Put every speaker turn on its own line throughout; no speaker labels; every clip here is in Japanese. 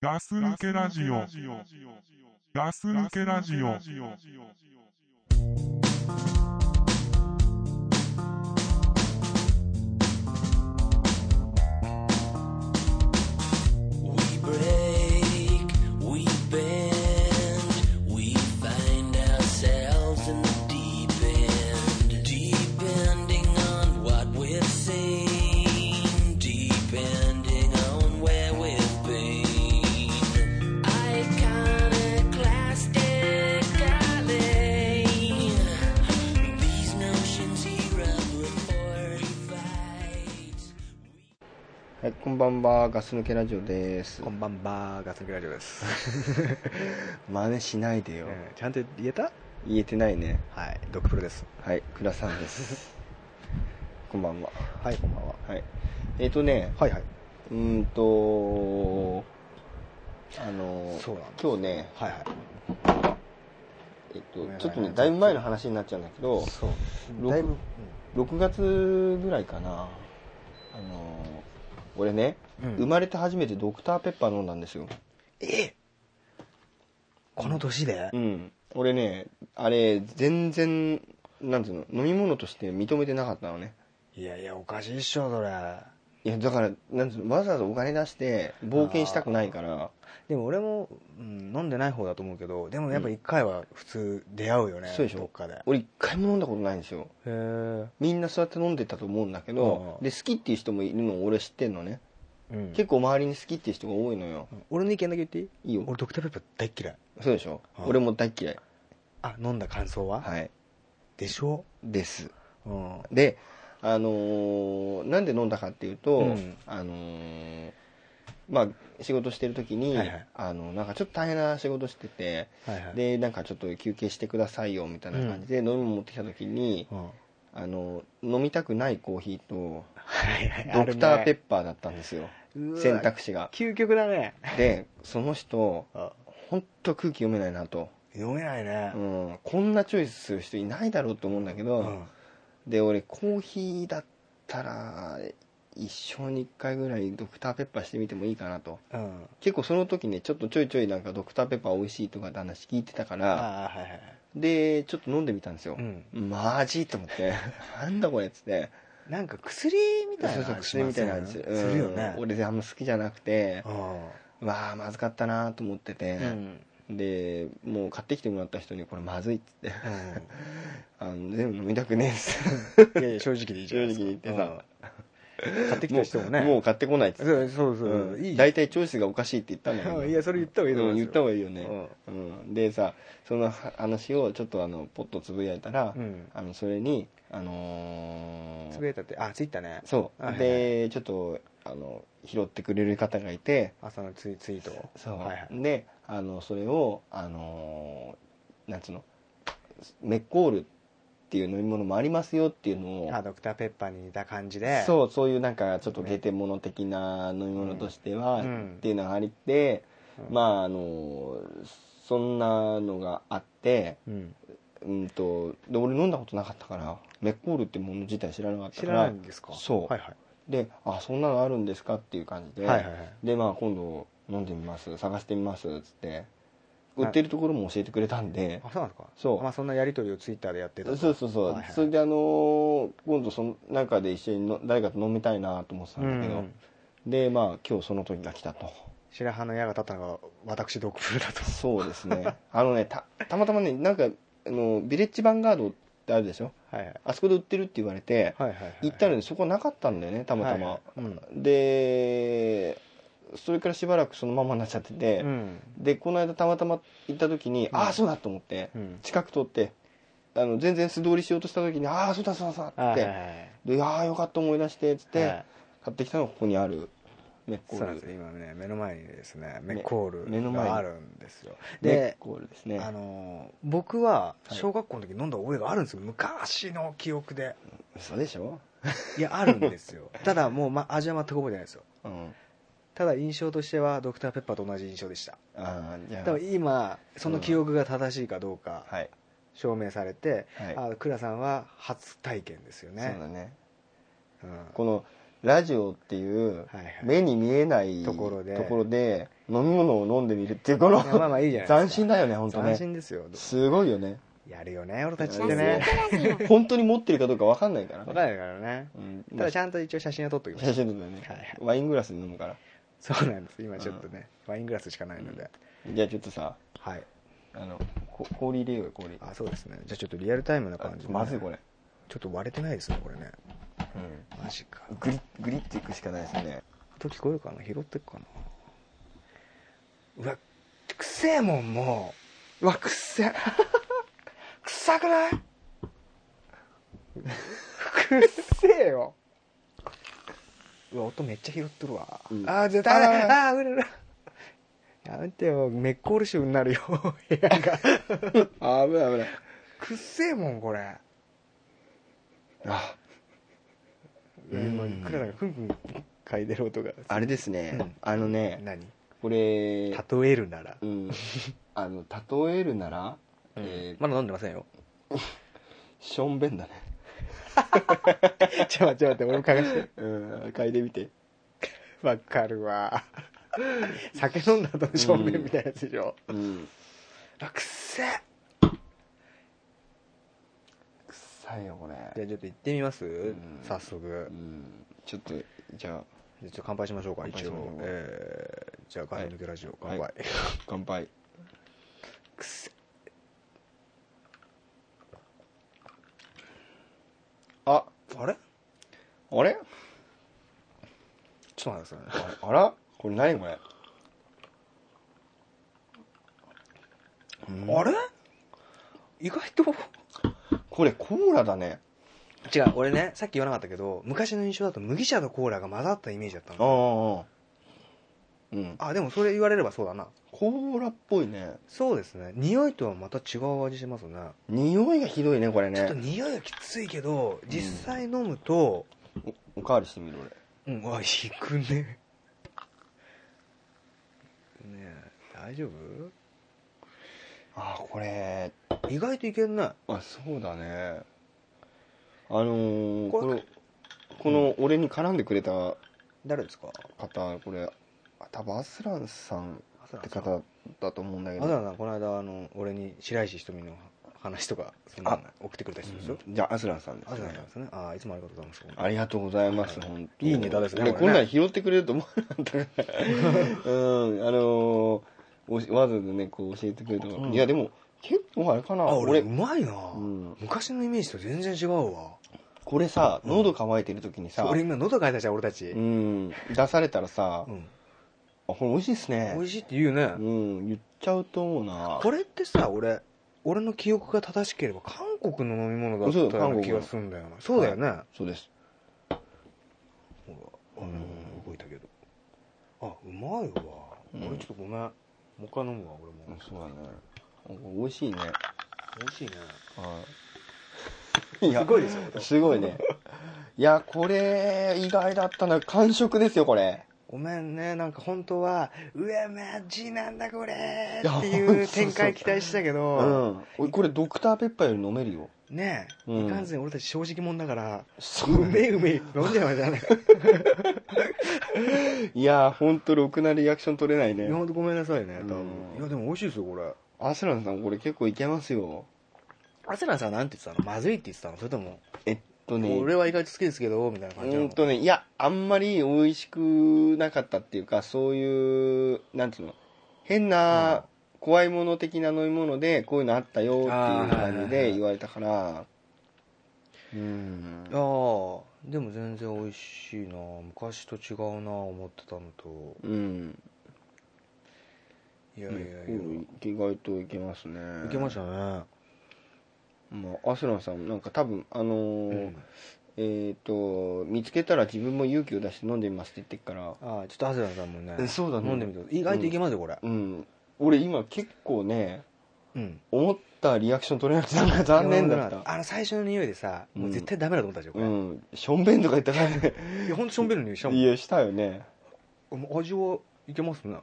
ガス抜けラジオ。ガス抜けラジオ。
We break, we bend, we find ourselves in the deep end. Depending on what we've seen, depending on where we've been. Iconoclastic alley. These notions here before we fight.
はい、こんばんは、ガス抜けラジオです
こ。んばんばガス抜けラジオです、
真似しないでよ。
えーちゃんと言えた
言えてないね。
はいドクプルです
はい、倉さんです。 こんばんは。
はいこんばんは
はい。えっ、とね、
はいはいう
ーんと、あの、
そうなんです
今日ね、
はいはい
えっ、
ごめんな
と、ち
さ
ょっ
い
とね、だいぶ前の話になっちゃうんだけど、
そう
録
だいぶ、
6月ぐらいかな、あの、俺ね、
うん
生まれて初めてドクターペッパー飲んだんですよ。
えこの年で、
うん。俺ね、あれ、全然、なんていうの、飲み物として認めてなかったのね。
いやいやおかしいっしょそれ
いやだからなんつうのわざわざお金出して冒険したくないから
でも俺も、うん、飲んでない方だと思うけどでもやっぱ一回は普通出会うよね、
そうでしょ
どっかでへ
俺一回も飲んだことないんですよ
え
みんなそうやって飲んでたと思うんだけど
あー
で好きっていう人もいるのを俺知ってんのね
うん、
結構周りに好きっていう人が多いのよ
俺の意見だけ言っていい
いいよ
俺ドクターペッパー大っ嫌い
そうでしょ
あー
俺も大嫌い
あ飲んだ感想は、
はい
でしょ
です
うん
であのーなんで飲んだかっていうと、
うん
あのーまあ仕事してる時に、
はいはい
あのなんかちょっと大変な仕事してて
はいはい
でなんかちょっと休憩してくださいよみたいな感じで飲み物持ってきた時に、
うん
あの飲みたくないコーヒーと
はいはい
ドクターペッ
パ
パーだったんですよ、
ー
選択肢が
究極だね
でその人
あ
本当空気読めないなと、
読めないね
う、ん、こんなチョイスする人いないだろうと思うんだけど、
うん
で俺コーヒーだったら一生に一回ぐらいドクターペッパーしてみてもいいかなと
うん、
結構その時ねちょっとちょいちょいなんかドクターペッパー美味しいとかって話聞いてたか
あ
ら
あはいはい
でちょっと飲んでみたんですよ、
うん
マジと思って なんだこれっつって
なんか薬みたい
そう
な
そう
味し
薬
ま
み
す
た
よ
いな
ね
感じ
するよね
うん俺あんま好きじゃなくて
うん
わあまずかったなと思ってて
う、ん
でもう買ってきてもらった人にこれまずいっつって
う
あの全部飲みたくねえっつっ
んいやいや正直でいいじゃん
正直に言ってさ
うん買っててきた人もね
うう買ってこないっつっ
そ
て
うそうそう、
うん
いい
大体チョイスがおかしいって言ったんだけ
う
ど
んいやそれ言った方がいいと思
うん
い
言
ますよ
った方がいいよね、うんでさその話をちょっとあのポッとつぶやいたら、
うん
あのそれにあのー
つぶやいたってあツイッターね
そう、
はいはい
でちょっとあの拾ってくれる方がいて
朝のツイツイートを
そう、
はいはい
であのそれをあのーなんつうのメッコールっていう飲み物もありますよっていうのを
あドクターペッパーに似た感じでう
そうそういうなんかちょっと下手物的な飲み物としては、
うん
っていうのがありって、
うん
まああのーそんなのがあって
うん、
うんとで俺飲んだことなかったからメッコールってもの自体知らなかった
知
から
ないんですか
そう
はいはい
であそんなのあるんですかっていう感じで、
はいはいはい
でまあ今度飲んでみます探してみますっつって売ってるところも教えてくれたんで
あそうなんですか
そう
まあ、そんなやり取りをツイッターでやってた
そう
と
そうそう、
はいはい
それであのー今度その中で一緒にの誰かと飲みたいなと思ってたんだけど、
うん
でまあ今日その時が来たと
白羽の矢が立ったのが私ドクプ ルだと
そうです ねあのねたたまたまねなんかあのビレッジヴァンガードってあるでしょ
はいはい
あそこで売ってるって言われて、
はいはいはい
行ったのにそこなかったんだよねたまたま、
はいはいうん
でそれからしばらくそのままになっちゃってて、
うん
でこの間たまたま行った時に、ああそうだと思って、
うん
近く通ってあの全然素通りしようとした時にああそうだそうだそうだって、
はい
でああよかった思い出してっつって、
はい
買ってきたのがここにあるメッコ
そう
ー
な
ル
んですよ今ね目の前にですねメコー
目の
ル
前に
があるんですよ
メ
で
ッコールですね
あのー僕は
はい
小学校の時飲んだ覚えがあるんですよ昔の記憶で
嘘でしょ、
いやあるんです よただもう、ま、味は全く覚えてないですよ
うん、
ただ印象としてはドクターペッパーと同じ印象でした
ああじゃ
だ
あ
から今その記憶が正しいかどうか
はい、
証明されて、
はい
あ倉さんは初体験ですよ
そう
ね
だね
うん
このラジオっていう
はいはい
目に見えない
ところで
ところで飲み物を飲んでみるっていうこの
いやまあまあいいじゃないですか
斬新だよね本当
斬
ね
新ですよ
すごいよね
やるよね俺たちっ
や
て
る
ね
本当に持ってるかどうかわかんないから
分か
ね
んないからね
うん
ただちゃんと一応写真は撮っておきま
写
した
真撮ったよね
はいはい
ワイングラスで飲むから
そうなんです今ちょっとねワイングラスしかないので
じゃあちょっとさ
はい
あのこ氷入れようよ氷
あそうですねじゃあちょっとリアルタイムな
あ
感じでね
まずいこれ
ちょっと割れてないですねこれねマジか
グリグリっていくしかないです ね
音聞こえるかな拾ってっかなうわくせえもんもううわくせえ 臭くない くっせえようわ音めっちゃ拾ってるわ、
うん
ああ絶対ああーうるる やめてよめっこおるしになるよ 部屋が
あ危ない危ない
くっせえもんこれ
あ
いや今いくらなんかふんふん嗅いでる音が
あれですね、
うん
あのね
何
これ
例えるなら、
うん、あの例えるなら、えー
まだ飲んでませんよ
ションベンだね
ちょ、待って待って、俺も嗅がして。
うん嗅いでみて
わかるわ。酒飲んだ後の正面みたいなやつでしょ。
うん
あ、くっせえ
臭いよこ
じ
れ
ゃあちょっと行ってみます
ん
早速
う。んちょっとじゃあ
じゃあちょっと乾杯しましょうか、
乾杯
一
しましょう
応。えーじゃあ、ガス抜けラジオ、乾
は
杯
い。乾杯
くっせ
あ
えあれ
あれ
ちょっと待ってくださいね。
ああらこれ何これ
あれ意外と
これコーラだね
違う、俺ね、さっき言わなかったけど、昔の印象だと麦茶とコーラが混ざったイメージだった
ああ
の。
あうん
あ、でもそれ言われればそうだな。
コーラっぽいね
そうですね。匂いとはまた違う味してますね。
匂いがひどいねこれ
ちょっと
ね
匂いがきついけど、実際飲むと、
おおかわりしてみる俺
うん、あ、引くね。ねえ、大丈夫
あこれ
意外といけんな
あそうだねあのー、
こ
こ
れ
れこの俺に絡んでくれた方
誰ですか
これあ多分アスランさん
アスラ
って
ンさん。
方だと思うんだけ
アス
ど
ランさん、この間、あの、俺に白石瞳の話とか、そんなの送ってくれた人ですよ。
じゃあアスランさんで
ア
す
スラン
ね
さんですね。ああ、いつもありがとうございます。
ありがとうございます、本当
いいネタですね
俺
こ
こ
れ
ん
ね
なん拾ってくれると思わなかったか らうんあのーおしわざわざねこう教えてくれたから、
うん
いやでも結構あれかな
あ、
俺
俺、うまいな、
ん
昔のイメージと全然違うわ。
これさ喉乾いてる時にさ、
俺今、喉かいたじゃん、俺たち。
う
うん。
ん、出されたらさ、あこれ美味しいですね
美味しいって言うね。
うん、言っちゃうと思うな。
これってさ俺俺の記憶が正しければ韓国の飲み物だったよ
そう韓
うな
国
気がするんだよなそうだよね、
そうです。
ほらあの動いたけどあうまいわ、
うん
俺ちょっとごめんもう一回飲むわ俺も、
そうだね。これ美味しいね。
美味しいね
はい。いや
すごいでしょ
すごいね。いや、これ、意外だったな。完食ですよ、これ。
ごめんねなんか本当は「うわマジなんだこれ!」
いや
って
ほん
い
と
う
そうそう
展開期待してたけ
う
ど、
ん。おいこれ、ドクターペッパーより飲めるよ。
ねえ、
うん
いかんせん俺たち正直者だから
そう
めいうめい飲んじゃいまし たね
いや、ほんと、ろくなリアクション取れない
いや
ね。
ほんとごめんなさいね多分、
うん
いやでも美味しいですよこれ
アスランさん、これ結構いけますよ。
アセナさんなんて言ってたのまずいって言ってたのそれとも
えっとね。
俺は意外と好きですけどみたいな感じな
うん
の
とね、いや、あんまり美味しくなかったっていうか、そういう、なんていうの、変な、怖いもの的な飲み物で、こういうのあったよっていう感じ
あーはいはいは
で
い
言われたから、うん。
ああでも全然美味しいな昔と違うな思ってたのと
うん。
いやいやいや、
うん意外といけますね。
いけましたね
まあ、アスランさん、なんか多分、あのー
うん
えっ、と、見つけたら自分も勇気を出して飲んでみますって言ってっから、
ああちょっと長谷川さんも
え
ね
そうだね
飲んでみてください意外といけますよこれ
うん。俺今結構ね、
うん
思ったリアクション取れなくて、なんか残念だっ
いや
た
ほんと。なあの最初の匂いでさもう絶対ダメだと思ったでしょこ
う
れ、
ん、しょんべんとか言ったからね。
いやほんとションベルの匂いしたもん
いや、したよね。
もう味はいけますね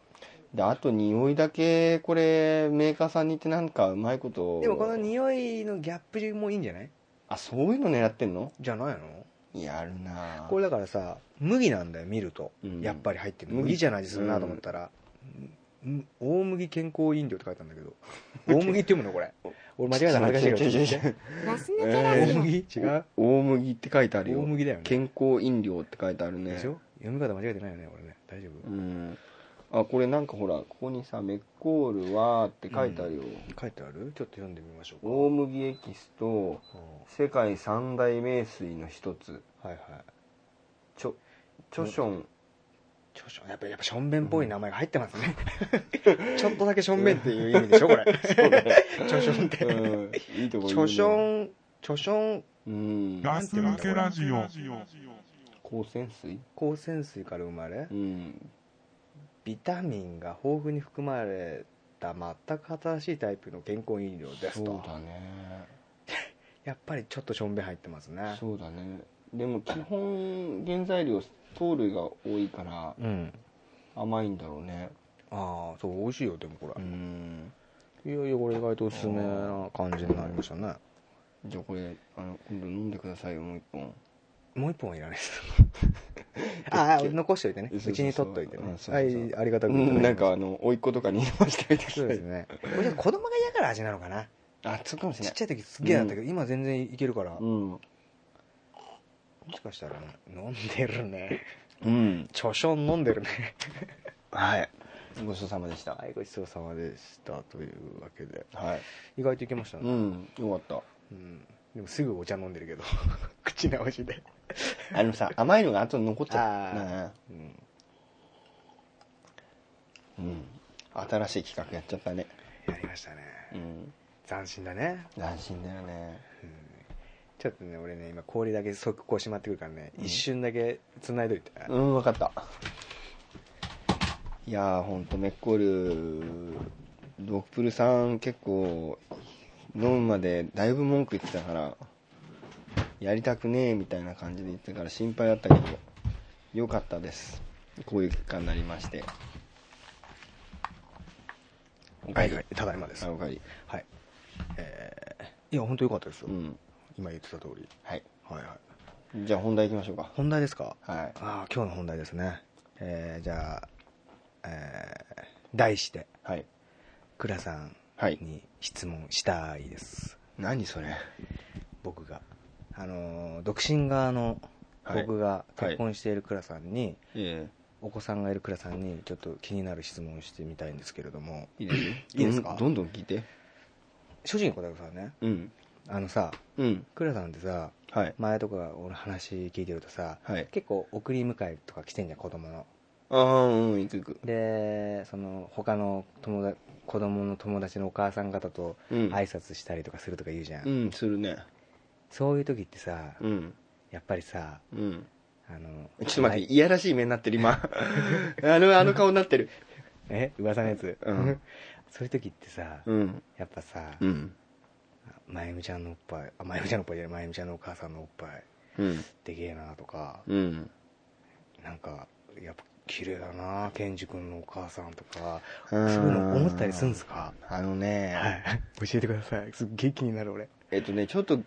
で、あと匂いだけ、これ、メーカーさんに行ってなんかうまいこと。
でもこの匂いのギャップもいいんじゃない
あ、そういうの狙ってんの
じゃないの
やるなぁ
これだからさ麦なんだよ見ると、
うん
やっぱり入ってる
麦
麦じゃないでするなと思ったら、ん大麦健康飲料って書いたんだけ ど大麦って読むのこれ俺間違えたら恥ずかしいから
違う違う
ちょっと
違う
ガス抜けラ
大
ジオ。
麦 違う
大麦って書いてあるよ
大麦だよね
健康飲料って書いてあるね
でしょ読み方間違えてないよね俺ね大丈夫、
うんあこれなんかほらここにさ「メッコールは」って書いてあるよ、
書いてあるちょっと読んでみましょうか
大麦エキスと世界三大名水の一つ
うんはいはい
チョチョション
ちょしょやっぱやっぱしょんべんっぽい名前が入ってます ね、ちょっとだけしょんべんっていう意味でしょこ れちょしょんって、
うんいいとこ
ち
言う
ょ
ね
しょんちょしょん
うん
ガス抜けラジオ
高泉水
高泉水から生まれ
うん
ビタミンが豊富に含まれた全く新しいタイプの健康飲料です
そう
と
だね
やっぱりちょっとしょんべん入ってますね
そうだねでも基本原材料糖類が多いから
うん
甘いんだろうね
ああそう美味しいよでもこれ、
うん
いやいやこれ意外とおすすめな感じになりましたね
じゃあこれあの今度飲んでくださいよもう一本
もう一本はいらないです ああ残しておいてね
そううそうそう
ちに取っといてね
うんそうそうそう
はいありがたくいただき
う
ま
ん
す
なんかあの甥っ子とかに飲ませてあげ
そ
た
うで
い
すねこれちょっと子供が嫌がる味なのかな
あそうかもしれ
ちっ
ない
ちゃい時すっげえだったけど、今全然いけるから、
う
も
ん
しかしたらね飲んでるね
うん
ちょしょん飲んでるね
はいごちそうさまでした
はいごちそうさまでしたというわけで
はい
意外といけましたね、
うんよかっ
うんでもすぐお茶飲んでるけど 口直しで、
たあのさ甘いのが後に残っちゃったな
うん、
うん新しい企画やっちゃったね
やりましたね
うん
斬新だね
斬新だよね
ちょっとね俺ね今氷だけ速攻しまってくるからね、
うん
一瞬だけ繋いどいて、
うん分かったいやーほんとメッコールドクプルさん結構飲むまでだいぶ文句言ってたからやりたくねえみたいな感じで言ってたから心配だったけどよかったですこういう結果になりましておか
は
え
い
り
はいただいまです
あおかえり
はいえー、いや本当良かったですよ、
うん
今言ってた通り
はい
はいはい
じゃあ本題いきましょうか
本題ですか
はい
ああ今日の本題ですねえー、じゃあえー、題して
はい
倉さん
はい
に質問したいです、
何それ
僕があのー独身側の
はい
僕が結婚している倉さんに、
え
お子さんがいる倉さんにちょっと気になる質問をしてみたいんですけれども
えいいですよ
いいですか
どんどん聞いて
正直に答えてくださいね
うん
あのさ
うん
倉さんってさ
はい
前とか俺の話聞いてるとさ、
はい
結構送り迎えとか来てんじゃん子供の
ああうん行く行く
でその他の友達子供の友達のお母さん方と
うん
挨拶したりとかするとか言うじゃん、
うんするね
そういう時ってさ、
うん
やっぱりさ
うん
あの
ちょっと待っていやらしい目になってる今 あのあの顔になってる
え噂のやつ、
うん
そういう時ってさ、
うん
やっぱさ、
うん
まゆみちゃんのおっぱいあまゆみちゃんのおっぱいじゃないまゆみちゃんのお母さんのおっぱい
うん
でけえなとか、
うん
なんかやっぱ綺麗だな健二君のお母さんとか
そ
そういうの思ったりするんですか
あのね、
い教えてくださいすっげえ気になる俺
えっとねちょっとん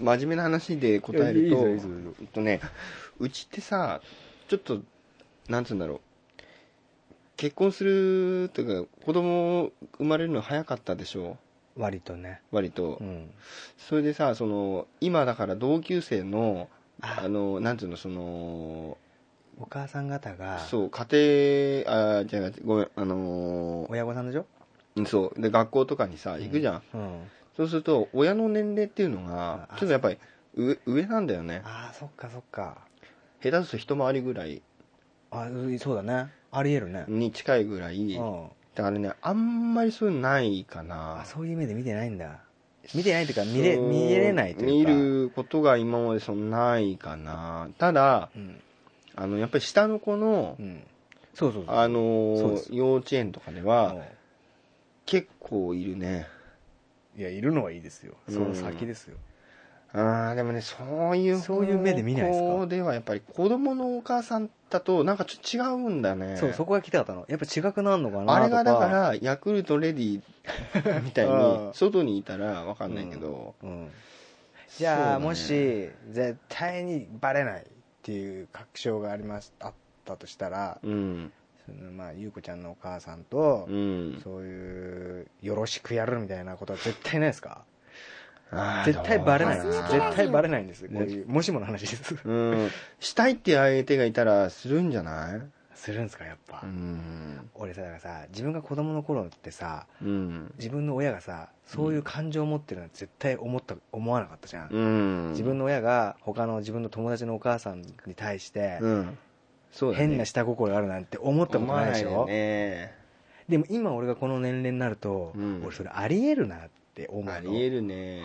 真面目な話で答える
い
と
やいいぞいいぞいいぞ
えっとねうちってさちょっとなんつうんだろう結婚するというか子供生まれるの早かったでしょ
割とね
割と、
うん
それでさその今だから同級生の
あ
あのなんていうのその
お母さん方が
そう家庭あじゃあごめんあのー
親御さんでしょ
うんそうで学校とかにさ行くじゃん、
うん
そうすると親の年齢っていうのが
あ
ちょっとやっぱり上上なんだよね
ああそっかそっか
下手すると一回りぐらい
あうそうだねありえるね
に近いぐらい、
う
だ
ん
からねあんまりそういうのないかな
あそういう目で見てないんだ見てないというか見れ見れないというか
見ることが今までそのないかなただ
うん
あのやっぱり下の子の、
うんそうそうそう
あの
そうで
ー
す
幼稚園とかで
う
は
ん
結構いるね
いやいるのはいいですよ
うん
その先ですよ
あーでもねそういう
そういう目で見ないですか
方向ではやっぱり子供のお母さんだとなんかちょっと違うんだね
そうそこが来たかったのやっぱ違くなるのかなとか
あれがだからヤクルトレディみたい
あ
に
ー
外にいたらわかんないけど、
うんじゃあ、
そうだね
もし絶対にバレないっていう確証がありますあったとしたら、
うん
そのまあ優子ちゃんのお母さんと、
うん
そういうよろしくやるみたいなことは絶対ないですか
あー
絶対バレない
ど
で
う
す
かな
絶対バレないんですこういうもしもの話です
うんしたいっていう相手がいたらするんじゃない
するんですかやっぱ、
うん
俺さだからさ自分が子供の頃ってさ
うん
自分の親がさそういう感情を持ってるのは絶対思った思わなかったじゃん、
うん
自分の親が他の自分の友達のお母さんに対して
うんそうだね
変な下心があるなんて思ったことないでし
思
ょ
わないよね
でも今俺がこの年齢になると、
うん
俺それありえるなって思うの
ありえるね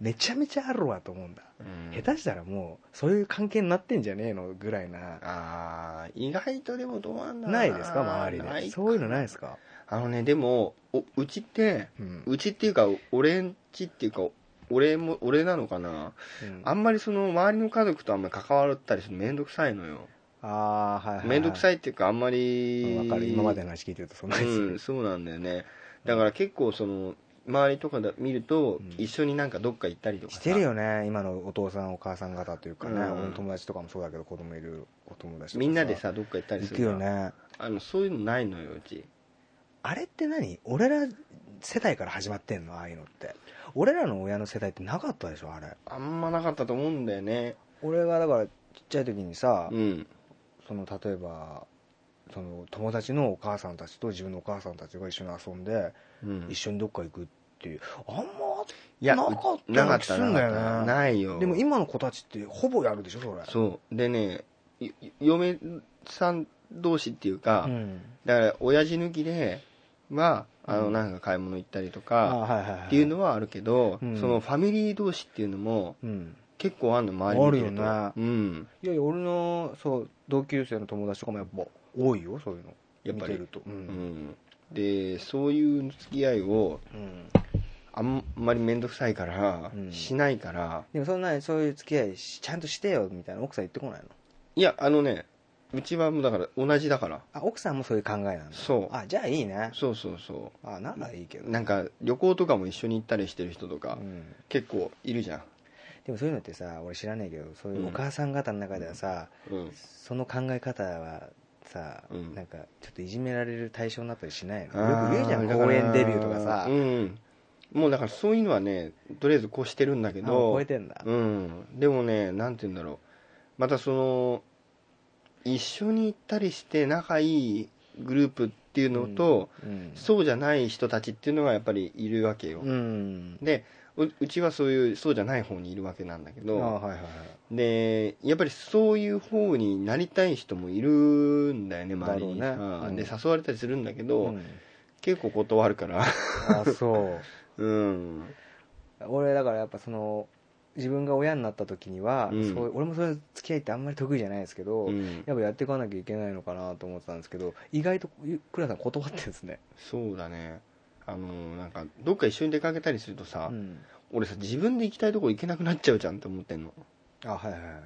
めちゃめちゃあるわと思うんだ、
うん
下手したらもうそういう関係になってんじゃねえのぐらいな
ああ意外とでもどうなんだろう
ないですか周り
ない
でそういうのないですか、
あのねでもおうちって
うん
うちっていうか俺んちっていうか俺も俺なのかな
うん
あんまりその周りの家族とあんまり関わったりするのめんどくさいのよ
あーはいはいはい
めんどくさいっていうかあんまり
わかる今までの話聞いてるとそんなです
うんそうなんだよねだから結構その周りとかで見ると、
うん
一緒になんかどっか行ったりとか
し
さ
てるよね今のお父さんお母さん方というかね、
うん
俺の友達とかもそうだけど子供いるお友達とか
みんなでさどっか行ったり
行
す
く
る
よ
から
ね
あのそういうのないのようち
あれって何俺ら世代から始まってんのああいうのって俺らの親の世代ってなかったでしょあれ
あんまなかったと思うんだよね
俺がだからちっちゃい時にさ、
うん
その例えばその友達のお母さんたちと自分のお母さんたちが一緒に遊んで、
うん
一緒にどっか行くっていうあんま
いや
なかったよう
な
な
かっ
気
た
すんだよね
なかったないよ
でも今の子たちってほぼやるでしょそれ
そうでねよ嫁さん同士っていうか、
ん、
だから親父抜きではあ
う
の
ん
なんか買い物行ったりと
あ
か、
はいはいはい
っていうのはあるけど、
うん
そのファミリー同士っていうのも
うん
結構あんの周り見てると
あ
うん
いやいや俺のそう同級生の友達とかもやっぱ多いよそういうの
やっぱり
見てるとう、
うんん、でそういう付き合いを
うん
あんまり面倒くさいから、
うん
しないから
でもそんなそういう付き合いしちゃんとしてよみたいな奥さん言ってこないの
いやあのねうちはもうだから同じだから
あ奥さんもそういう考えなんだ
そう
あじゃあいいね
そうそうそ
あならいいけど
うなんか旅行とかも一緒に行ったりしてる人とか、
うん
結構いるじゃん、
でもそういうのってさ俺知らないけどそういううんお母さん方の中ではさ、
うん、
その考え方はさ、
うん
なんかちょっといじめられる対象になったりしないのよ
あー
く言うじゃん
だから
公演デビューとかさ、
うんうんもうだからそういうのはねとりあえずこうしてるんだけ
あ
ど
超えてんだ、
うんでもねなんて言うんだろうまたその一緒に行ったりして仲いいグループっていうのと、
うん
そうじゃない人たちっていうのがやっぱりいるわけよ、
うん
でううちはそういうそうじゃない方にいるわけなんだけ
あー
ど
はいはいはい
でやっぱりそういう方になりたい人もいるんだよね周りに
だ
さ、
ろうねうん
で誘われたりするんだけど、
うん
結構断る から
あそう
うん
俺だからやっぱその自分が親になった時には、
うん
そう俺もそういう付き合いってあんまり得意じゃないですけど、
うん
やっぱやっていかなきゃいけないのかなと思ってたんですけど意外と倉さん断ってんですね、
そうだねあのなんかどっか一緒に出かけたりすると
う
さ、
ん、
俺さ自分で行きたいとこ行けなくなっちゃうじゃんって思ってんの
あはいはいはい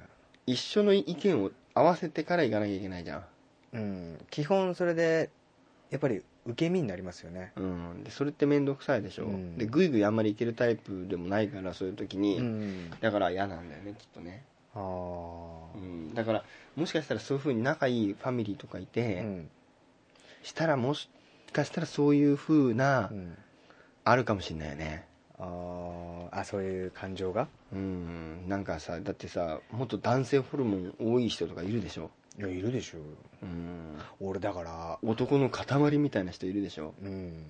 一緒の意見を合わせてから行かなきゃいけないじゃん、
うん基本それでやっぱり受け身になりますよね
うん、でそれって面倒くさいでしょ、
うん
でグイグイあんまり行けるタイプでもないからそういう時に、
うん
だから嫌なんだよねきっとね、
あ
う
あ
ん、だからもしかしたらそういう風に仲いいファミリーとかいて、
うん
したらもしかしたらそういう風な、
うん
あるかもしれないよね
あーあそういう感情が
うんなんかさだってさもっと男性ホルモン多い人とかいるでしょ
いやいるでしょ
うん
俺だから
男の塊みたいな人いるでしょ
うん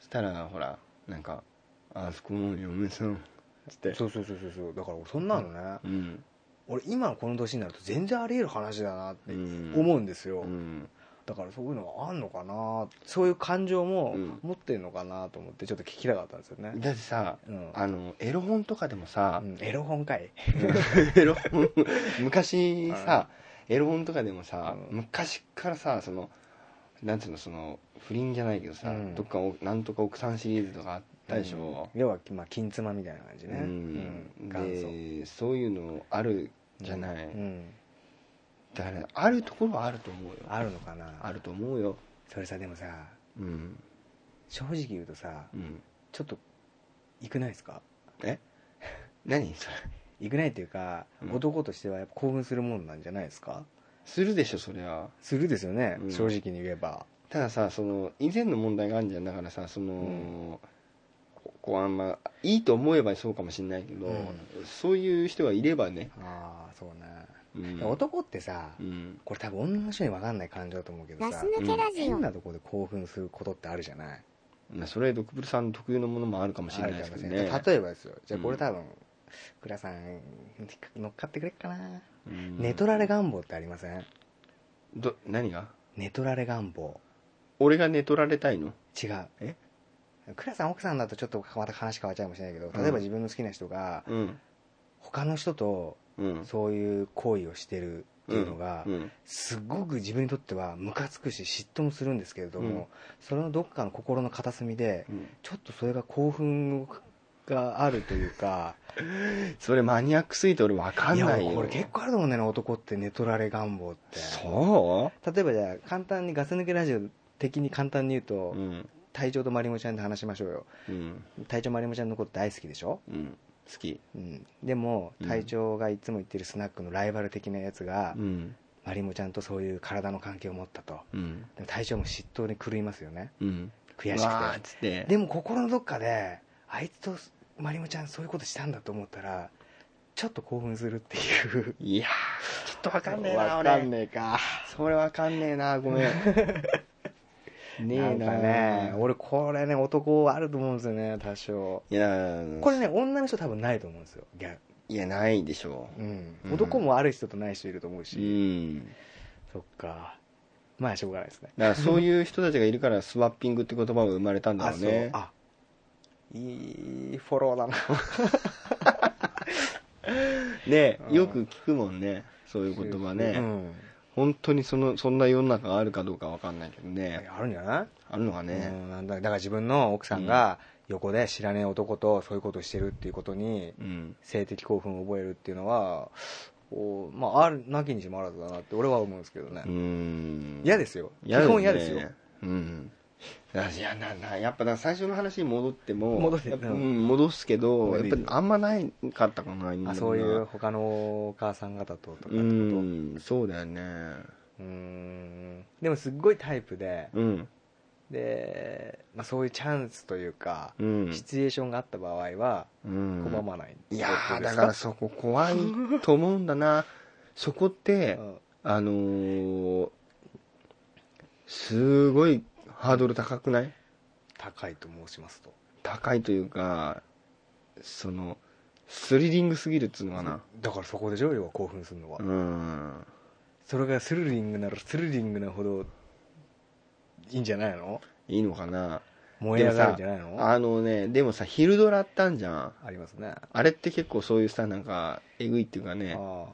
そしたらほらなんか「あそこの嫁さん」つって
そうそうそうそうそうだから俺そんなのね、
うん
俺今のこの年になると全然あり得る話だなって
うん
思うんですよ、
うん
だからそういうのがあんのかなそういう感情も
うん
持ってるのかなと思ってちょっと聞きたかったんですよね、
だってさ
うん
あのエロ本とかでもさ
う、んエロ本かい
エロ本昔さエロ本とかでもさ、
うん
昔からさそのなんていうのその不倫じゃないけどさ、
うん
どっかおなんとか奥さんシリーズとかあったでしょ、
うん要は、まあ、金妻みたいな感じ
う
ね、
ん
うん元祖
でそういうのあるじゃない、
うん
だからあるところはあると思うよ
あるのかな
あると思うよ
それさでもさ
うん
正直言うとさ
うん
ちょっといくないですか
え何それ
いけないっていうか、
うん
男としてはやっぱ興奮するもんなんじゃないですか
するでしょそりゃ
するですよね、
うん
正直に言えば
たださその以前の問題があるんじゃんだからさその、
ん
ここはあんまいいと思えばそうかもしれないけど、
うん
そういう人はいればね、
ああそう
う
ね、
ん、
男ってさ、
うん
これ多分女の人に分かんない感情だと思うけど
ガ
さ
ス抜けラジオ
変なところで興奮することってあるじゃない
まあそれはドクブルさん特有のものもあるかもし
あ
れ
る
ない
か
ですけ
もし
ど
れ
ね
ない例えばですよじゃあこれ
うん
多分、倉さん乗っかってくれっかな、
うん
寝取られ願望ってありません
ど何が
寝取られ願望
俺が寝取られたいの
違う
え
倉さん奥さんだとちょっとまた話変わっちゃうかもしれないけど例えば自分の好きな人が
うん
他の人と
うん
そういう行為をしてるっていうのが、
うん
すごく自分にとってはムカつくし嫉妬もするんですけれども、
うん
それのどっかの心の片隅で
うん
ちょっとそれが興奮があるというか
それマニアックすぎて俺わかんないよ
やこれ結構あると思うんだよね男って寝取られ願望って
そ
例えばじゃあ簡単にガス抜けラジオ的に簡単に言う
う
と、
うん
隊長とまりもちゃんで話しましょうよ
うん
隊長まりもちゃんのこと大好きでしょ、
うん好き
うん、でも
うん
隊長がいつも言ってるスナックのライバル的なやつが、
うん
まりもちゃんとそういう体の関係を持ったと
うん
でも隊長も嫉妬に狂いますよね
うん
悔し
うわーっ
く
つって
てでも心のどっかであいつとまりもちゃんそういうことしたんだと思ったらちょっと興奮するっていう
いやーちょっとわかんねえな
わ
俺
かんねえか
それわかんねえな ごめんね
な
え
ん
な
かね俺これね男あると思うんですよね多少
いやー
これね女の人多分ないと思うんですよ逆
いやないでしょ
うん
うん
男もある人とない人いると思う
うう
し、
ん
そっかまあしょうがないですね
だからそういう人たちがいるからスワッピングって言葉が生まれたんだろうね
あそうあいいフォローだな
ね
うん
よく聞くもんねそういう言葉ね、
うん
本当にそのそんな世の中があるかどうかわかんないけどね
あるんじゃない
あるのか
う
ね
んなんだだから自分の奥さんが横で知らねえ男とそういうことをしてるっていうことに
うん
性的興奮を覚えるっていうのはおまああるなきにしもあらずだなって俺は思うんですけどね、
うん
嫌ですよ
嫌だ
基
よね
本嫌ですよ
うんだからいやななやっぱだから最初の話に戻っても
戻って
やっぱ
う
うんん、戻すけど
戻
や
る
っぱりあんまないかったかな今
あそういう他のお母さん方ととかってこと
う
うん
んそうだよね
んでもすっごいタイプで
うん
で、まあ、そういうチャンスというか、
うん
シチュエーションがあった場合は
うん
拒まない、
いやーだからそこ怖いと思うんだな そこって
うん
あのー、すごいハードル高くない
高いと申しますと
高いというかそのスリリングすぎるっつうのかな
だからそこでしょ要は興奮するのは、
うん
それがスルリングならスルリングなほどいいんじゃないの
いいのかな
燃え上がるんじゃない
でも
の
さ
あ
あのねでもさ昼ドラあったんじゃん
りますね
あれって結構そういうさなんかえぐいっていうかね
あ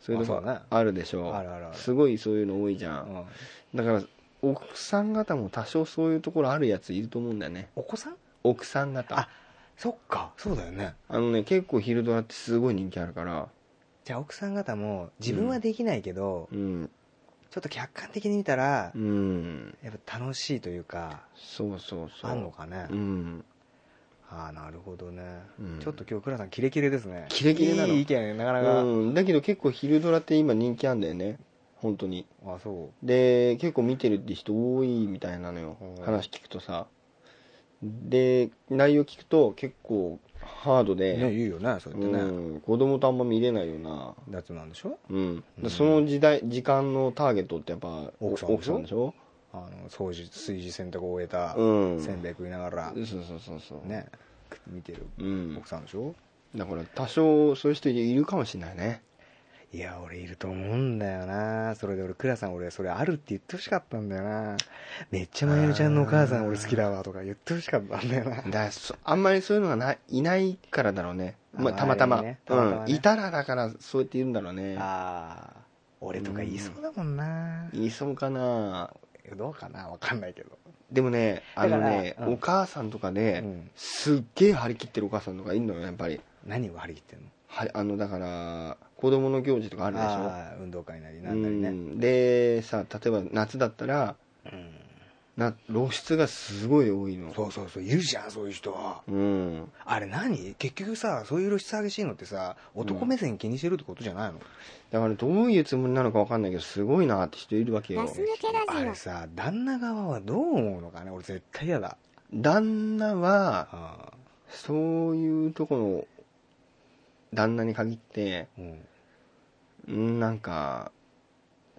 そういうの
あそうだね
があるでしょ
あるあるある
すごいそういうの多いじゃ
あ、うんん、
だから奥さん方も多少そういうところあるやついると思うんだよね
お子さん
奥さん方
あそっかそうだよね
あのね結構昼ドラってすごい人気あるから
じゃあ奥さん方も自分はできないけど、
うん
ちょっと客観的に見たら、
うん
やっぱ楽しいというか
そうそうそう
あんのかね、
うん
ああなるほどね、
うん
ちょっと今日倉さんキレキレですね
キレキレなの
いい意見なかなか、
うん、だけど結構昼ドラって今人気あんだよね本当に
あそう
で結構見てるって人多いみたいなのよ
うん
話聞くとさで内容聞くと結構ハードで、
ねいいよねそうやってね、
うん、子供とあんま見れないよな
やつなんでしょ
うん、
うん
でその時代時間のターゲットってやっぱ
奥さんでしょ
でしょ
あの掃除炊事洗濯を終えた、
うん
せんべい食いながら、
そうそうそうそう
ね見てる
うん
奥さんでしょ、
だから多少そういう人いるかもしれないね
いや俺いると思うんだよなそれで俺倉さん俺それあるって言ってほしかったんだよなめっちゃまゆみちゃんのお母さん俺好きだわとか言ってほしかったんだよな
だからそあんまりそういうのがないいないからだろうね、まあ、
あ
たまたま,、
周りにねたまたまね
うんいたらだからそうやって言うんだろうね
ああ俺とか言いそうだもんな、
言いそうかな
どうかなわかんないけど
でもねあのね
だ、からうん
お母さんとかで、
うん
すっげえ張り切ってるお母さんとかいるのよやっぱり
何を張り切ってんの
はあのだから子供の行事とかあ
あ
るでしょ
ー運動会なりなんなりね
うんでさ例えば夏だったら、
うん
な露出がすごい多いの
そうそうそういるじゃんそういう人
うん
あれ何結局さそういう露出激しいのってさ男目線気にしてるってことじゃないの、
だからどういうつもりなのかわかんないけどすごいなって人いるわけよ
ガス抜けラ
あ
ジ
れさ旦那側はどう思うのかね俺絶対嫌だ
旦那は
ああ
そういうとこの旦那に限って
うん
うんなんか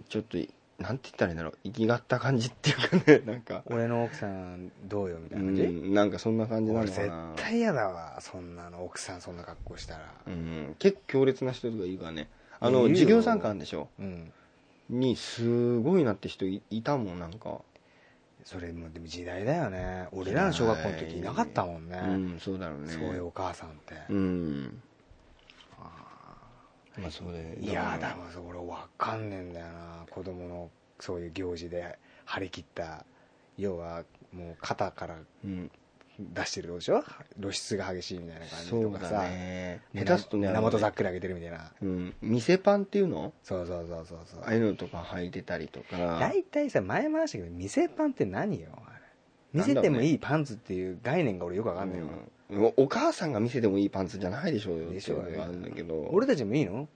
ちょっといなんて言ったらいいんだろう生きがった感じっていうかね なんか
俺の奥さんどうよみた
う
いな感じ、
んなんかそんな感じな
俺
のか
絶
な
対嫌だわそんなの奥さんそんな格好したら
うん結構強烈な人とかいるからねあ
い
の
るよ
授業参観でしょ
うん
にすごいなって人いいたもんなんか
それもでも時代だよね俺らの小学校の時いなかったもんね、
うんそうだろうね
そういうお母さんって、
うんまあそうで
いやだから俺わかんねえんだよな子供のそういう行事で張り切った要はもう肩から
うん
出してるでしょ露出が激しいみたいな感じ
そ
と
う
か
だ
さ、
ね
胸
下手すとね
胸元ざっ
く
くり上げてるみたいな
うん店パンっていうの
そうそうそうそうそ
ああいううのとか履いてたりとか
大体さ前回したけど店パンって何よあれ見
なんだろうね
せてもいいパンツっていう概念が俺よくわかんないよ、
うんおお母さんが見せてもいいパンツじゃないでしょうよ
でしょう
って
ね
いうのがあるんだけど
俺たちもいいの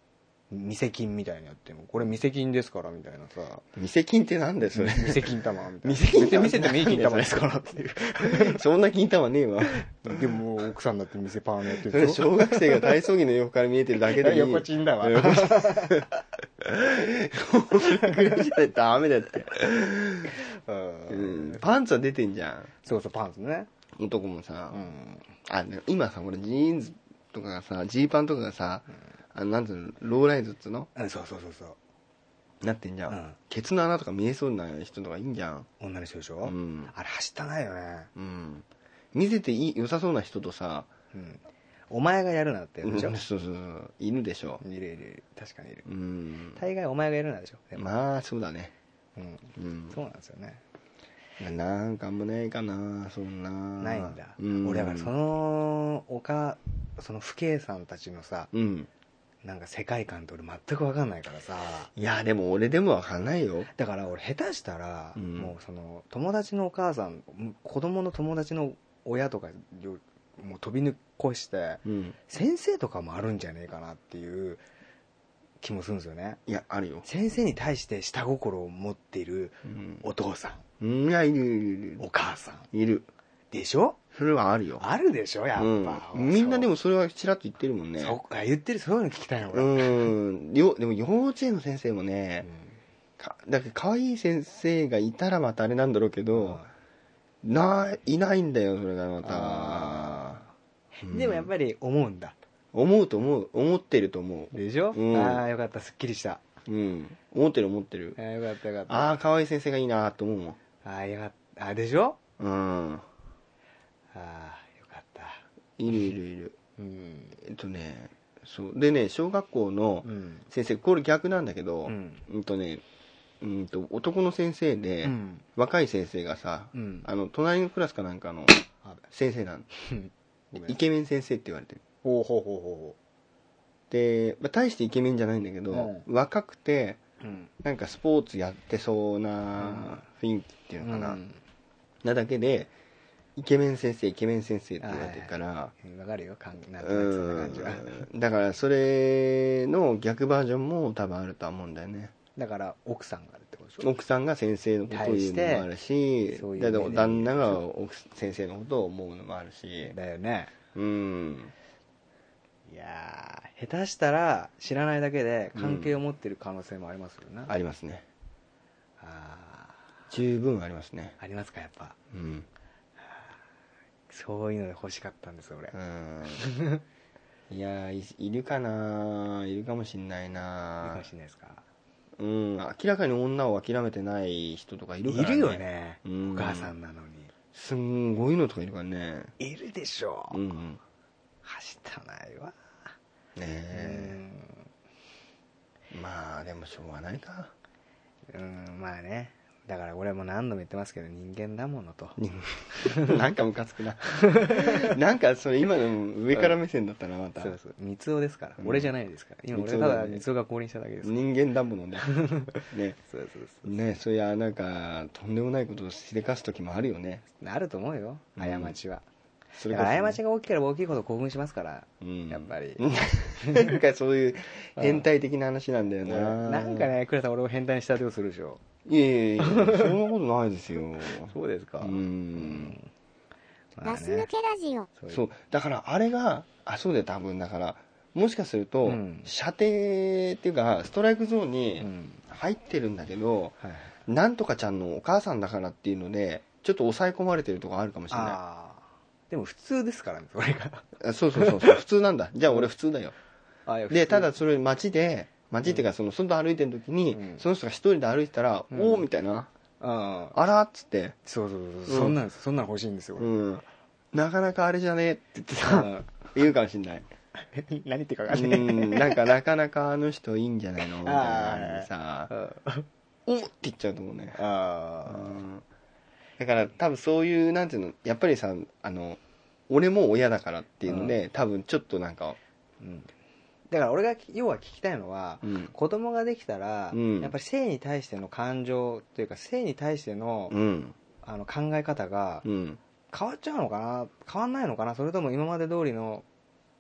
店金みたいにやってもこれ店金ですからみたいなさ
店金ってなんだよそれ
店金玉みたいな
店金玉
見せてもいい金玉ですからってい う
そんな金玉ねえわ
でももう奥さんだって店パンやってる
そ
で
れ
しょ
小学生が体操着の洋服から見えてるだけでいい
横チンだわ
横チンこれぐらいじゃないとダメだって、
うん
うん、パンツは出てんじゃ
そうそうパンツね
ん男もさ、
うん
あでも今さ俺ジーンズとかがさジーパンとかがさ、あのなんつうのローライズっつうの
うんそうそうそうそう
なってんじゃん、
うん
ケツの穴とか見えそうな人とかいいんじゃん
女の人でしょ、
うん
あれはしたないよね、
うん見せていい良さそうな人とさ、
うん、お前がやるなってや
う
つ
ん
でし
そ
ょ
う、そうそういるでしょ
いるいるいる確かにいる
うん
大概お前がやるなでしょでも、
まあそうだね
うん、
うん
そうなんですよね
なんかもないかなそんな
ないんだ、
うん
俺だからそのおかその父兄さんたちのさ
うん
なんか世界観って俺全く分かんないからさ
いやでも俺でもわかんないよ
だから俺下手したら、
うん
もうその友達のお母さんむ子供の友達の親とかよもう飛び抜こして
うん
先生とかもあるんじゃねえかなっていう気もするんですよね
いやあるよ、
先生に対して下心を持っている
うん
お父さ
うん、いやいるいるい
ん
る
お母さん
いる
でしょ
それはあるよ
あるでしょやっぱ、
うん、みんなでも
そ
それはちらっと言ってるもん
う
ね
そっか言ってるそういうの聞きたいの俺、
うんよでも幼稚園の先生もね、かだから可愛い先生がいたらまたあれなんだろうけ
う
ど、
ん
ないいないんだよそれがまた、うん
でもやっぱり思うんだ
思うと思う思ってると思
でしょ、
うん
ああよかったすっきりした
ううん思ってる思ってる
あーよかったよかった
ああ可愛い先生がいいなと思うもん
ああよかったあーでしょ
うん
ああよかった
いるいるいる
うん
えっとねそうでね小学校の
うん
先生これ逆なんだけど、
うん
うんとねうんと男の先生で、
うん
若い先生がさ、
うん
あの隣のクラスかなんかの
あべ
先生なん
うん
イケメン先生って言われてる
ほうほうほうほ
で、まあ、大してイケメンじゃないんだけど、
う
若くて
うほうん
なんかスポーツやってそうな雰囲気っていうのかな、なだけでイケメン先生イケメン先生って言われてるから、
わかるよかんなんとなくそんな感じは
うんだからそれの逆バージョンも多分あるとは思うんだよね
だから奥さんがあるってことでしょ
奥さんが先生のことを言うのもあるし
対してそういう
だ
目で
けど旦那が奥先生のことを思うのもあるし
だよね
うん
いやー下手したら知らないだけで関係を持ってる可能性もありますよね、
ありますね
あー
十分ありますね
ありますかやっぱ
うん
そういうの欲しかったんです俺
うんいやーいいるかないるかもしんない
いいか
な
もしれないですか
うん明らかに女を諦めてない人とかい
い
るから、
よね
う
お
ん
母さんなのに
すんごいのとかいるからね
いるでしょ
うんうんね
はしたないわ
えまあでもしょうがないか
うんうんまあねだから俺はもう何度も言ってますけど人間だものと
なんかムカつくな なんかそれ今の上から目線だったなまた
そうそう三つですから、
うん
俺じゃないですから今俺
光
た
男だね
だ三つが降臨しただけですから
人間だもの ねね
そうそうそう
ねそういやなんかとんでもないことをしでかす時もあるよね
あると思うよ
うん
過ちは、
そ
だ
こ
か
そね
ら過ちが大きければ大きいほど興奮しますから、
うん
やっぱり、
なんかそういう変態的な話なんだよな
なんかね倉さん俺を変態にしたりをするでしょ
いやいやいやそんなことないですよ
そうですか
う
うん
ん
まあ
ガス抜
ね、
けラジオ。
そう
そうだからあれがあそうだよ多分だからもしかすると、
うん
射程っていうかストライクゾーン
う
に
ん
入ってるんだけど、
はい、
なんとかちゃんのお母さんだからっていうのでちょっと抑え込まれてるとこあるかもしれな
ああでも普通ですからねそれが
いあそうそうそうそう普通なんだじゃあ俺普通だよ
あいや普通
でただそれ街で街っていうかその外歩いてる時に、
うん
その人が一人で歩いてたら「
うん
おお」みたいな
うん
「あら」っつって
そうそうそう、
うん
そんなのそんなの欲しいんです
「
よ、俺
うんなかなかあれじゃねえ」って言って
う
さ
ん
言うかもしれない
何言ってかわ
う
かんないうん
んなんかなかなかあの人いいんじゃ ないのみたいな感じでさ
あ
おっって言っちゃうと思うねう
あ
んだから多分そういうなんていうのやっぱりさあの俺も親だからっていうので、多分ちょっとなんか
うんだから俺が要は聞きたいのは、
うん
子供ができたら、
うん
やっぱり性に対しての感情というか性に対しての,、
うん
あの考え方が
うん
変わっちゃうのかな変わんないのかなそれとも今まで通りの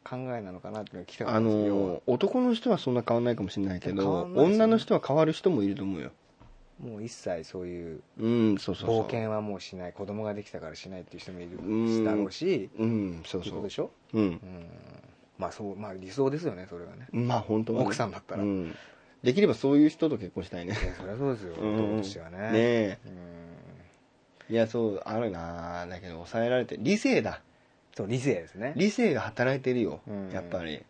考えなのかなっていうのを聞きたかった
あ
んですよ、
の男の人はそんな変わんないかもしれないけ
変わ
ど
んないですね
女の人は変わる人もいると思うよ
もう一切そういう
うんそうそうそう
冒険はもうしない子供ができたからしないっていう人もいる
うん
だろうし
うんそう
って
そ
こと
う
でしょ
うん
うんまあそうまあ理想ですよねそれはね
まあ本当はね
奥さんだったら
うんできればそういう人と結婚したいね
いやそりゃそうですよ
うん
男としてはね
ねえ
うん
いやそうあるなだけど抑えられて理性だ
そう理性ですね
理性が働いてるよ
うん
やっぱり
じゃ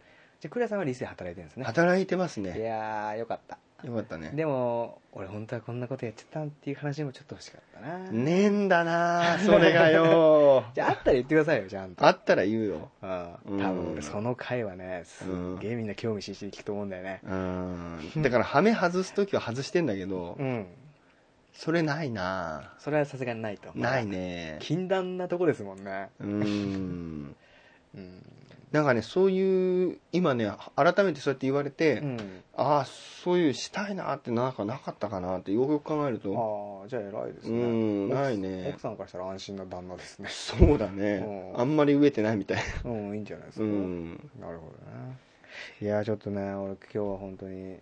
あクラさんは理性働いてるんですね
働いてます
い
ね
やーよかった
よかったね
でも俺本当はこんなことやっちゃったっていう話もちょっと欲しかったな、
ねえんだなあそれがよ
じゃああったら言ってくださいよちゃ んと
あったら言うよ
うん多分俺その回はねすっげえみんな興味津々に聞くと思うんだよね
うんだからハメ外す時は外してんだけど
うん
それないな
それはさすがにないと
ないね
禁断なとこですもんね
うん
うん
なんかねそういう今ね改めてそうやって言われて、
うん
ああそういうしたいなってなんかなかったかなってよくよく考えると
ああじゃあ偉いです
う
ね
んない
奥
ね
奥さんからしたら安心な旦那ですね
そうだね
うん
あんまり飢えてないみたい
うんいいんじゃないです
う
か、
ん
なるほどねいやちょっとね俺今日は本当に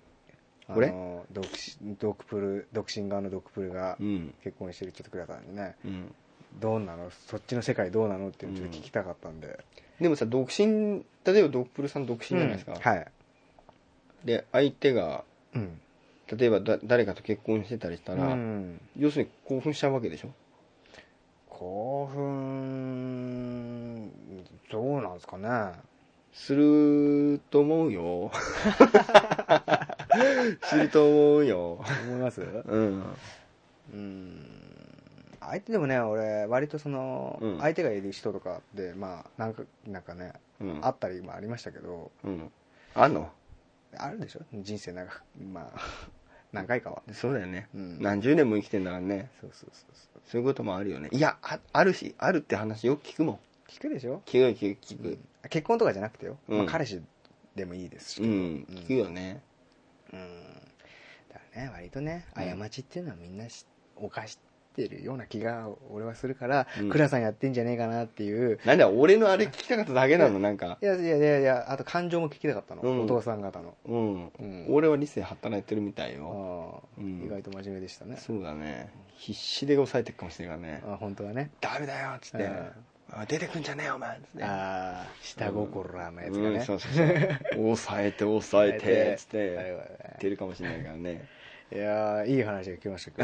あ
俺
の独身独プル独身側の独プルが
うん
結婚してるちょっと倉さんにね
うん
どうなのそっちの世界どうなのっていうのをちょっと聞きたかったんで、
でもさ独身例えばドップルさん独身じゃないですか、
うんはい、
で相手が
うん
例えばだ誰かと結婚してたりしたら、
うん
要するに興奮しちゃうわけでしょ
興奮どうなんですかね
すると思う よすると 思うよ
思います
うん
うん相手でもね俺割とその、
うん
相手がいる人とかでまあなんかなんかね
うん
あったりもありましたけど
うんあんの
あるでしょ人生長くまあ何回かは
そうだよね、
うん
何十年も生きてんだからね
そうそうそうそう
そういうこともあるよねいやああるしあるって話よく聞くもん
聞くでしょ
聞く聞く聞く
結婚とかじゃなくてよ、
うん
まあ、彼氏でもいいですし
うん、聞くよね
うんだからね割とね過ちっていうのはみんなし犯してるような気が俺はするから、
うん
倉さんやってんじゃねえかなっていう
なんだ俺のあれ聞きたかっただけなのなんか
いやいやいやいやあと感情も聞きたかったの、
うん
お父さん方の
うん、
うん
俺は理性働いてるみたいよ
あ
う
あ、
ん
意外と真面目でしたね
そうだね必死で抑えてるかもしれないからね
あ本当はね
「ダメだよ」っつっ
う
て
ん
「あ出てくんじゃねえよお前」っつって
ああ下心あのやつがね、
うんそうそう そう抑えて抑えてっつって
はいはい
言
は
ってるかもしれないから ね
いいやーいい話が聞きました け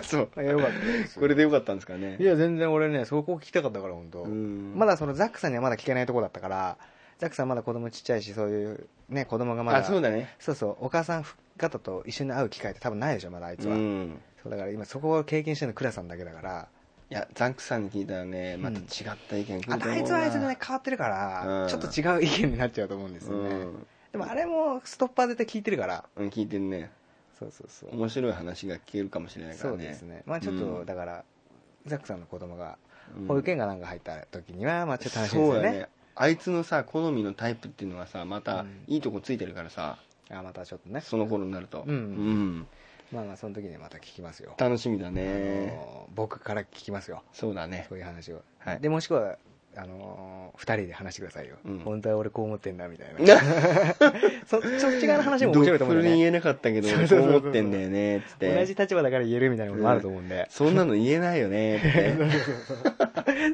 ど
そう
いやよかったです
これでよかったんですかね
いや全然俺ねそこ聞きたかったから本当、
うん
まだそのザックさんにはまだ聞けないとこだったからザックさんまだ子供ちっちゃいしそういうね子供がまだ
あそうだね
そうそうお母さん方と一緒に会う機会って多分ないでしょまだあいつ
う
は、
ん
そうだから今そこを経験してるのクラさんだけだから
いやザンクさんに聞いたらねまた
う
違
ん
った意見来
あ
ると思うな
あいつはあいつでね変わってるから、
うん
ちょっと違う意見になっちゃうと思うんです
う
よね、
ん
でもあれもストッパー絶対聞いてるから
うん聞いてるね
そうそうそう
面白い話が聞けるかもしれないからね
そうですねまあちょっ
う
と
ん
だから、ザックさんの子供が
うん
保育園がなんか入った時にはまあちょっと楽しみです
そう
よ
だ
ね
ねあいつのさ好みのタイプっていうのはさま
う
た
ん
いいとこついてるからさ、
あまたちょっとね
その頃になると
うん
ん
まあまあその時にまた聞きますよ、
楽しみだ
あ
ね
の僕から聞きますよ
そうだね
そういう話を、
はい
でもしくはあのー、2人で話してくださいよ、
うん
本当は俺こう思ってんだみたい なそそっち側の話も面白いと思うん
ドッフル
だ
に
よ
言
ね
えなかったけど
そうそうそう
こ
そう
う思ってんだよねっつって
同じ立場だから言えるみたいなこともあると思うんで、
そんなの言えないよね って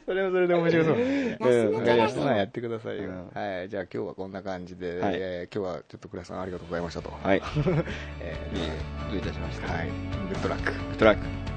それはそれで面白そうなんでね
うんわかりました
まあやってくださいよ、
うん
はいじゃあ今日はこんな感じで、
はい
えー今日はちょっと倉さんありがとうございましたと、
はい
え
どういたしまし
ー
た
はいグッドラック
トラック